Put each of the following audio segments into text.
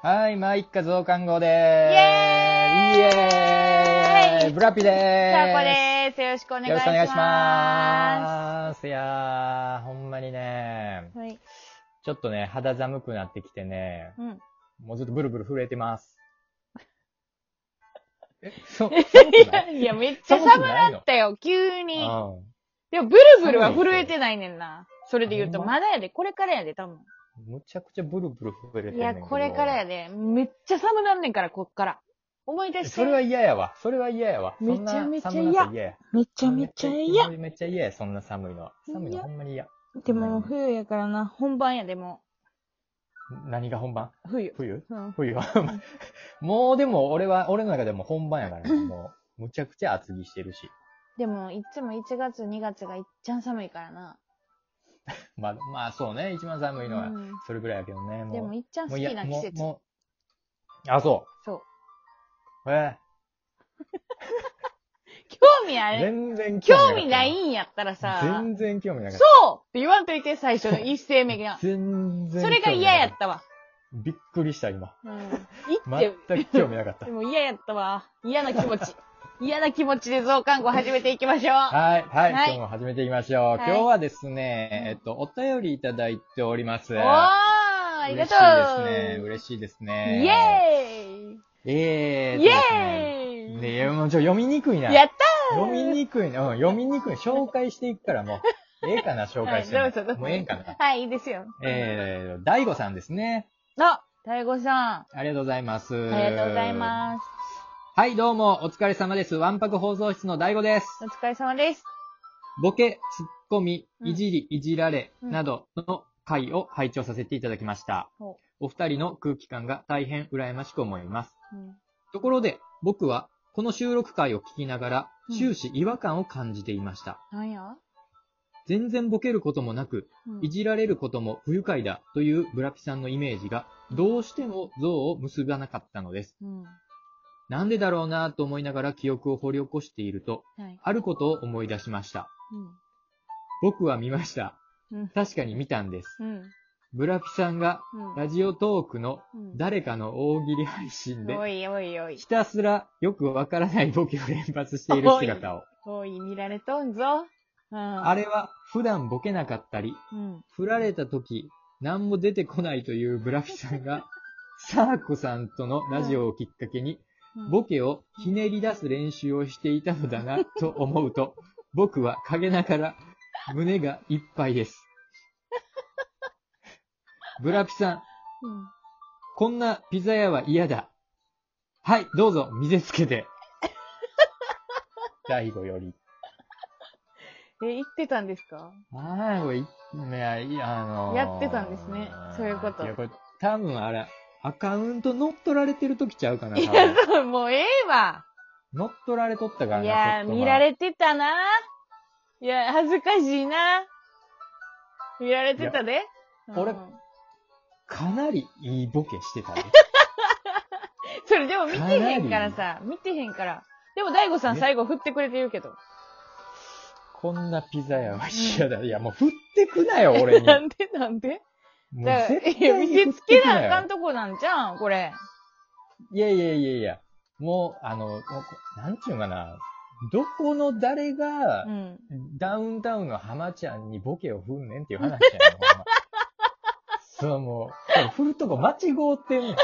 はい、まあ、一家増刊号でイーす。エーイイエーイブラピでーす。さあ、こです。よろしくお願いします。よろしくお願いします。いやー、ほんまにね、はい。ちょっとね、肌寒くなってきてね、うん。もうずっとブルブル震えてます。え、 そ、い寒くなやいいや、めっちゃ寒なったよ、急うに。ん。でも、ブルブルは震えてないねんな。それで言うと、ほんままだやで、これからやで、多分。むちゃくちゃブルブル震えてるいや、これからやで。めっちゃ寒なんねんから、こっから。思い出して。それは嫌やわ。それは嫌やわ。そんなめちゃめちゃ寒なったら嫌や。めめ。めちゃめちゃ嫌や、そんな寒いのは。寒いのほんまに嫌。でも、冬やからな、本番やで、も何が本番う。冬。冬うん。冬は。もうでも俺は、俺の中でも本番やからな、もう。むちゃくちゃ厚着してるし。でも、いつも1月、2月がいっちゃん寒いからな。まあ、まあそうね、一番寒いのはうん、それぐらいやけどね、もう。でも、いっちゃんも好ういきやな季もう、節。もう。あ、そそう。う。え興味あー、れ全然興味ないかんやったらったさ、全然興味なかっそうって言わんといて、最 初の一声目たが。。全然。それが嫌やっ。たわ。びっくりした、今。うん。いって、全く興味なかったで。も嫌やったわ。嫌な気持ち。嫌な気持ちで増刊号始めていきましょう。ははい、はい、は今い日も始めていきましょう。はい今日はですね、うんえっと、お便りいただいております。おー、ありがとう嬉しいですイね、エーイ嬉しいですね。イエーイイイエーイねえ、もうちょ、読みにくいな。やったー読みにくいな。うん、読みにくい。紹介していくからもう、ええか な、紹介しても。はいどうぞどうぞもうええんかな。はい、いいですよ。えー、大悟さんですね。あ、大悟さん。ありがとうございます。ありがとうございます。す。はい、どうも、お疲れ様です。ワンパク放送室の大悟です。お疲れ様です。ボケ、ツッコミ、うんいじり、いじられ、うんなどの回を拝聴させていただきました。ほお二人の空気感が大変羨ましく思います。うんところで、僕はこの収録回を聞きながらう、ん終始違和感を感じていました。なんや全然ボケることもなく、うんいじられることも不愉快だというブラピさんのイメージが、どうしても像を結ばなかったのです。うん。はなんでだろうなぁと思いながら記憶を掘り起こしていると、い。あることを思い出しました。う僕は見ました。ん。うん。確かに見たんです。うん。ブラピさんがうん。ラジオトークのうん誰かの大喜利配信でおいおいおいひ。たすらよくわからないボケを連発している姿を。おい、見られとんぞ。うん。あれは普段ボケなかったり、うん。振られた時何も出てこないというブラピさんが、サーコさんとのラジオをきっかけに、うんボケをひねり出す練習をしていたのだなと思うと、僕は陰ながら胸がいっぱいです。ブラピさん、うんこんなピザ屋は嫌だ。はい、どうぞ、見せつけて。 大悟より。え、言ってたんですかああ、これ、いや、いや、あのーやってたんですねそういうこといや、これ、多分あれ、アカウント乗っ取られてる時ちゃうかな。い多分や、そう、 もうええわ。乗っ取られとったからな。いやちょっー、とまあ見られてたな。いや、恥ずかしいな。見られてたで。うん俺かなりいいボケしてたで。それでも見てへんからさ、見てへんから。でも、大悟さんね最後振ってくれてるけど。 こんなピザ屋は嫌だ。いや、もう振ってくなよ、 俺に。なもんでなんでうだから絶いや、対見に振せっつてけくななあよかんとこなんじゃん、これ。いやいやいやいや、もう、あの、もうなんちゅうんかな、どこの誰がう、ん。ダウンタウンの浜ちゃんにボケを振んねんっていう話やん、ほんま。そう、もう、振るとこ間違うてんねん。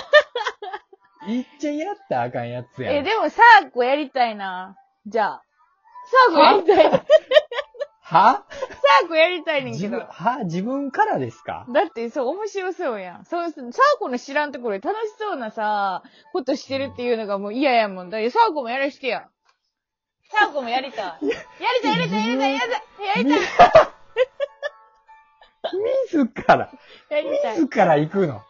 言っちゃやったらあかんやつやん。え、でも、サーコやりたいな。じゃあ。サーコやりたい。サはーコやりたいねん自け分、ど。は自分からですかだって、そう、面白そうやん。そう、サーコの知らんところで楽しそうなさ、ことしてるっていうのがもう嫌やもん。だって、サーコもやらしてや。サーコもやりたい。やりたい、やりたい、やりたい、やりたい、やり自ら、たい、やりたい。こんな自ら行くの。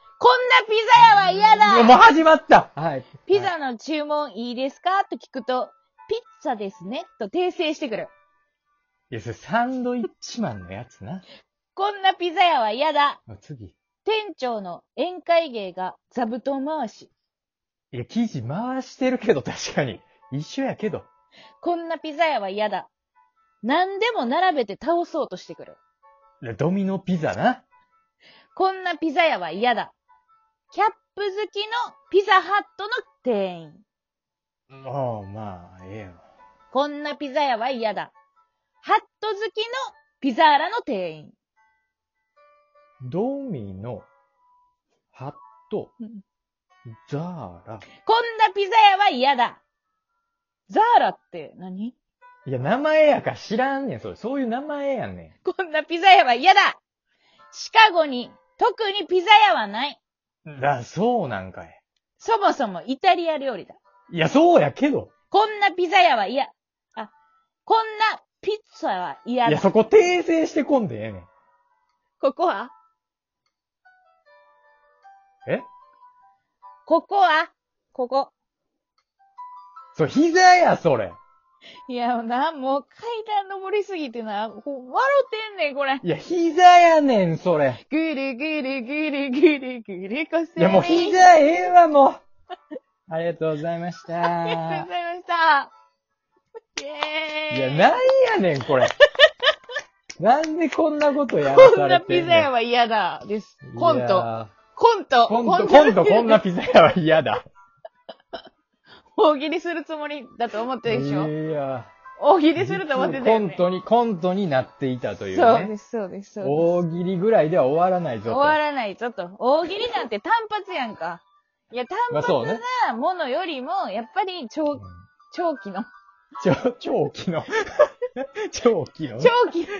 ピザ屋は嫌いやだもう始まったはい。ピザの注文いいですかと聞くと、ピッツァですねと訂正してくる。いや、それサンドイッチマンのやつな。こんなピザ屋は嫌だもう次。店長の宴会芸が座布団回し。いや、生地回してるけど、確かに。一緒やけど。こんなピザ屋は嫌だ。何でも並べて倒そうとしてくる。ドミノピザな。こんなピザ屋は嫌だ。キャップ好きのピザハットの店員。もう、まあ、ええやろ。こんなピザ屋は嫌だ。ハット好きのピザーラの店員。ドミノ、ハットうん、ザーラ。こんなピザ屋は嫌だ。ザーラって何いや、名前やから知らんねん、それ。そういう名前やねこんなピザ屋は嫌だ。シカゴに特にピザ屋はない。ん。だ、そうなんかい。そもそもイタリア料理だ。いや、そうやけど。こんなピザ屋は嫌。あ、こんなピッツァは嫌いや、だ。そこ訂正してこんでええねん。ここはえここはここ。そう、膝や、それ。いや、な、もう階段登りすぎてな、こう笑ってんねん、これ。いや、膝やねん、それ。ぐるぐるぐるぐるぐるこせいや、もう膝ええわ、も う。ありがとうございましありがたとうご。ざいました。イェーいイ。や、なんやねん、こ れ。なんでこんなことやらこさんなれてピんザねん屋は嫌だ。です。コンいト。やコンート。コント、コント、こんな。なピザ屋は嫌だ。大喜利するつもりだと思ってるでしょ、いや大喜利ーすると思ってたよね。コントに、コントになっていたというね。そうです、そうです、そうです。大喜利ぐらいでは終わらないぞ終と。わらないぞと。大喜利なんて単発やんか。いや、単まあ発そうね。なものよりも、やっぱり長、長期の、超、超期 の。超期の。長期の、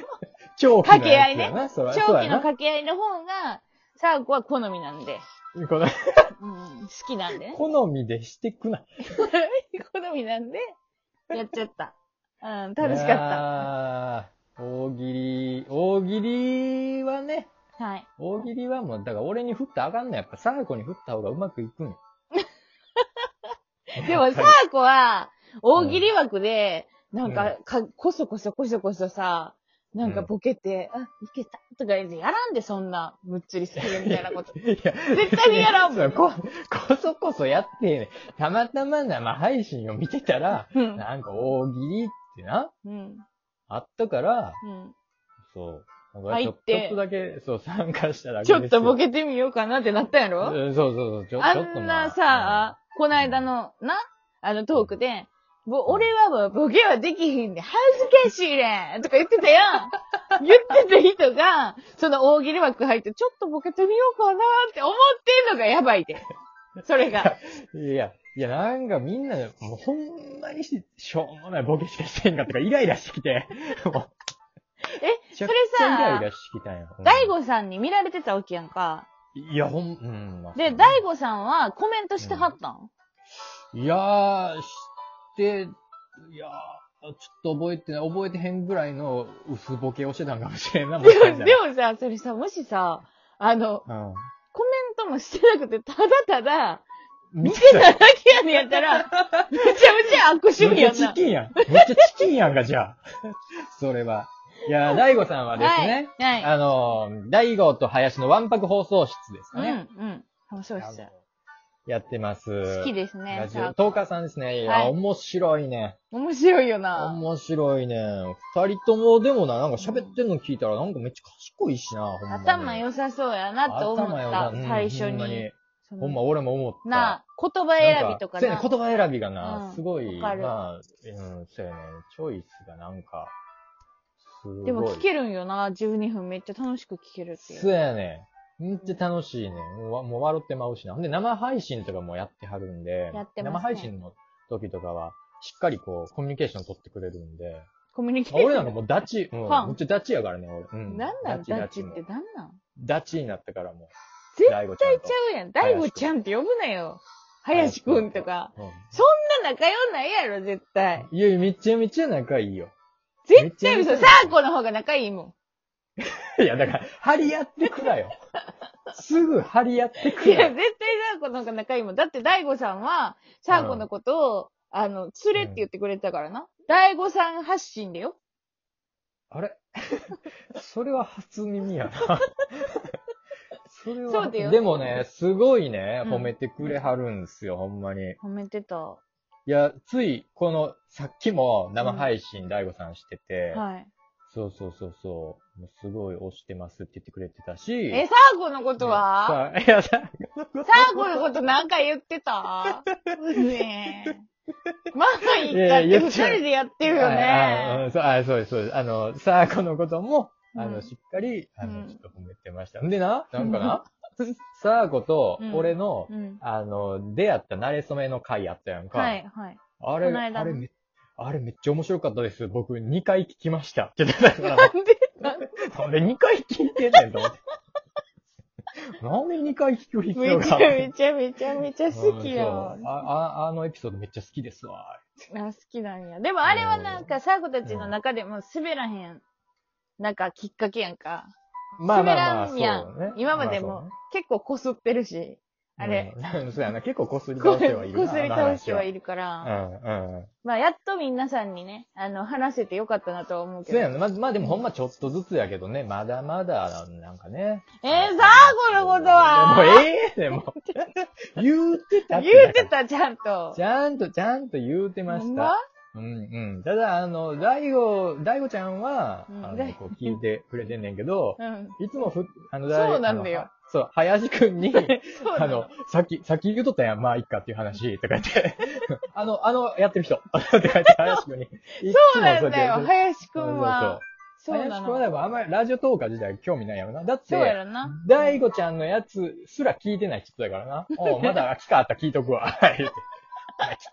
超期の。掛け合いね。そうやな。長期そうのやな。掛け合いの方が、サーコは好みなんで、このうん、好きなんでね。好みでしてくな。好みなんで、やっちゃった。うん、楽しかっった。大喜利、大喜利はね、た。はい。大喜利はもう、だから俺に振ったらあかんのやっぱ、サーコに振った方がうまくいくんよでも、やサっぱーコは、大喜利枠で、なんか、か、こそこそこそこそさ、なんかボケて、あ、いけた、とか言って、やらんで、そんな、むっつりするみたいなこと。りいや、絶対にやらんもん そうこ、こそこそやってね、たまたま生配信を見てたら、うん。なんか大喜利ってな、うん。あったから、うん。そう。入ちょっちょってとだけ、そう、参加しただけちょっとボケケてみようかなってなったやそうろそうそう、ちょあちょっとんまあなさ、こないだの、な、あのトークで、ぼ俺はもうボケはできひんで、恥ずかしいねんとか言ってたやん言ってた人が、その大喜利枠入って、ちょっとボケてみようかなって思ってんのがやばいで。それが。 いや、いや、なんかみんな、もうほんまにし、しょうもないボケしかしてんかったから、イライラしてき て。もえそイれライさラ、してきたんよ。うん大悟さんに見られてたわけやんか。いや、ほん、うん。まあで、大悟さんはコメントしてはったん、いやー、して、いやー、ちょっと覚えてない、覚えてへんぐらいの薄ボケをしてたんかもしれんな、もしかしたらでもさ、それさ、もしさ、あうの、ん。コメントもしてなくて、ただただ、見てただらけやねんやったら、めちゃめちゃ悪趣味めっやんちゃチな。キンやん。めっちゃチキンやんか、じゃあ。 それは。いやー、大悟さんはですね、はいはいあのー、大悟と林のワンパク放送室ですうかん、ね。うん。面白いっすあの。やってます。好きでですねラ、ジサオ、ーコトーカーさんですね。いや、はい面白いね。面白いよな。面白いね。二人ともでもな、なんか喋ってんの聞いたら、なんかめっちゃ賢いしな、ほんまに。頭良さそうやなと思った、最ほ初んまに。そのほんま、俺も思った。なあ、言な葉ん選びとかそうやなね。言葉選びがな、うんすごい、わかるまあ、うん、そうやね。チョイスがなんか、すごい。でも聞けるんよな、12分めっちゃ楽しく聞けるっていそうう。やね。めっちゃ楽しいね。もうわもう笑ってまうしな。ほんで、生配信とかもやってはるんで、やってますね生配信の時とかは、しっかりこう、コミュニケーション取ってくれるんで。コミュニケーあシ俺なョんかン。もうダチ、うん、ファンめっちゃダチやからね、俺。うん。なんなんダチダッチっもてなんなんダチになったからもう。絶対絶対ちゃうやん。大悟ちゃんって呼ぶなよ。林くんとか。うんそんな仲良ないやろ、絶対。いやいや、めちゃめちゃ仲いいよ。 絶対嘘。めっちゃサーコの方が仲いいもん。いや、だから、張り合ってく なよ。すぐ張り合ってくいや、な絶よ。対サーコの方が仲いいもん。だって、大悟さんは、サーコのことを、あの、連れって言ってくれてたからな。大悟さん発信だよ。あれ それは初耳や な。それはそうだよでもね、すごいね、うん褒めてくれはるんですよ、ほんまに。い褒めてた。はや、つい、この、さっきも生配信、大悟さんしてて、い。そうそうそうそう。もうすごい推してますって言ってくれてたし。え、サーコのことさはあいや、さサーコのことなんか言ってたねえ。ママ行ったっいやて言二ってない人でやってるよああね。うんそうあそうです、そうです。あの、さあ、このことも、あうの、んしっかり、あうの、んちょっと褒めてました。んでな、なんかな、さあことう、ん俺の、うん。あの、出会った馴れ初めの回やったやんか。はい、はい。あれ、この間のあれめ、あれめっちゃ面白かったです。僕2回聞きました。って言ってた から、なんでなんで2回聞いてんねんと思って。なんで2回聞く必要めちがゃめちゃめちゃめちゃ好きやうんそうああ、あのエピソードめっちゃ好きですわ。あ好きなんや。でもあれはなんか、サーコたちの中でも滑らへん、なんかきっかけやんか。まあまあまあ、滑らそんうやんね。今まであそうねも結構こすってるし、あれ。うん、そうやな。結構こすりこ倒すしてはいるな。り倒してはいる。るかうら、ん、うん。まあやっと皆さんにね、あの、話せてよかったなとは思うけそうど。やな。ま、まあでもほんまちょっとずつやけどね。まだまだ、なんかね。えー、サーコのことはもうええねん、もう。 言うてた言うてた、ちゃんと。ちゃんと、ちゃんと言うてまほしんた。うんうん。ただ、あの、大悟、大悟ちゃんは、うんあの大こう聞いてくれてんねんけど、うん。いつもふ、あの、そうなんだよあのはそう、林くんに、そうあなのの。、さっき、さっき言うとったやん、まあ、いっかっていう話、とか言 って。あの、あの、 やってる人、とか言って、林くんに。そうなんだよ、林くんは。そそううそうそう。な林くんはの。でもあんまりラジオトーカー自体興味ないやろな。だっそうやて、ろな。大悟ちゃんのやつすら聞いてない人だから な。おうまだ聞かあったら聞いとくわ。 はい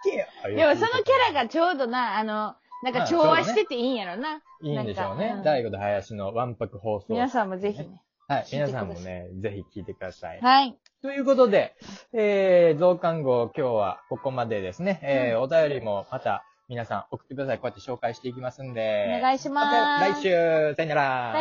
言うてお前聞けよ。 でもそのキャラがちょうどな、あの、なんか調和してていいんやろな。いいんでしょうなんかねう。ん大悟と林のワンパク放送。皆さんもぜひね。はい。聞いてくだ皆ささいんもね、ぜひ聞いてください。はい。ということで、えー、増刊号今日はここまでですね。えー、お便りもまた皆さん送ってください。こうやって紹介していきますんで。お願いしままた来す。週さよなら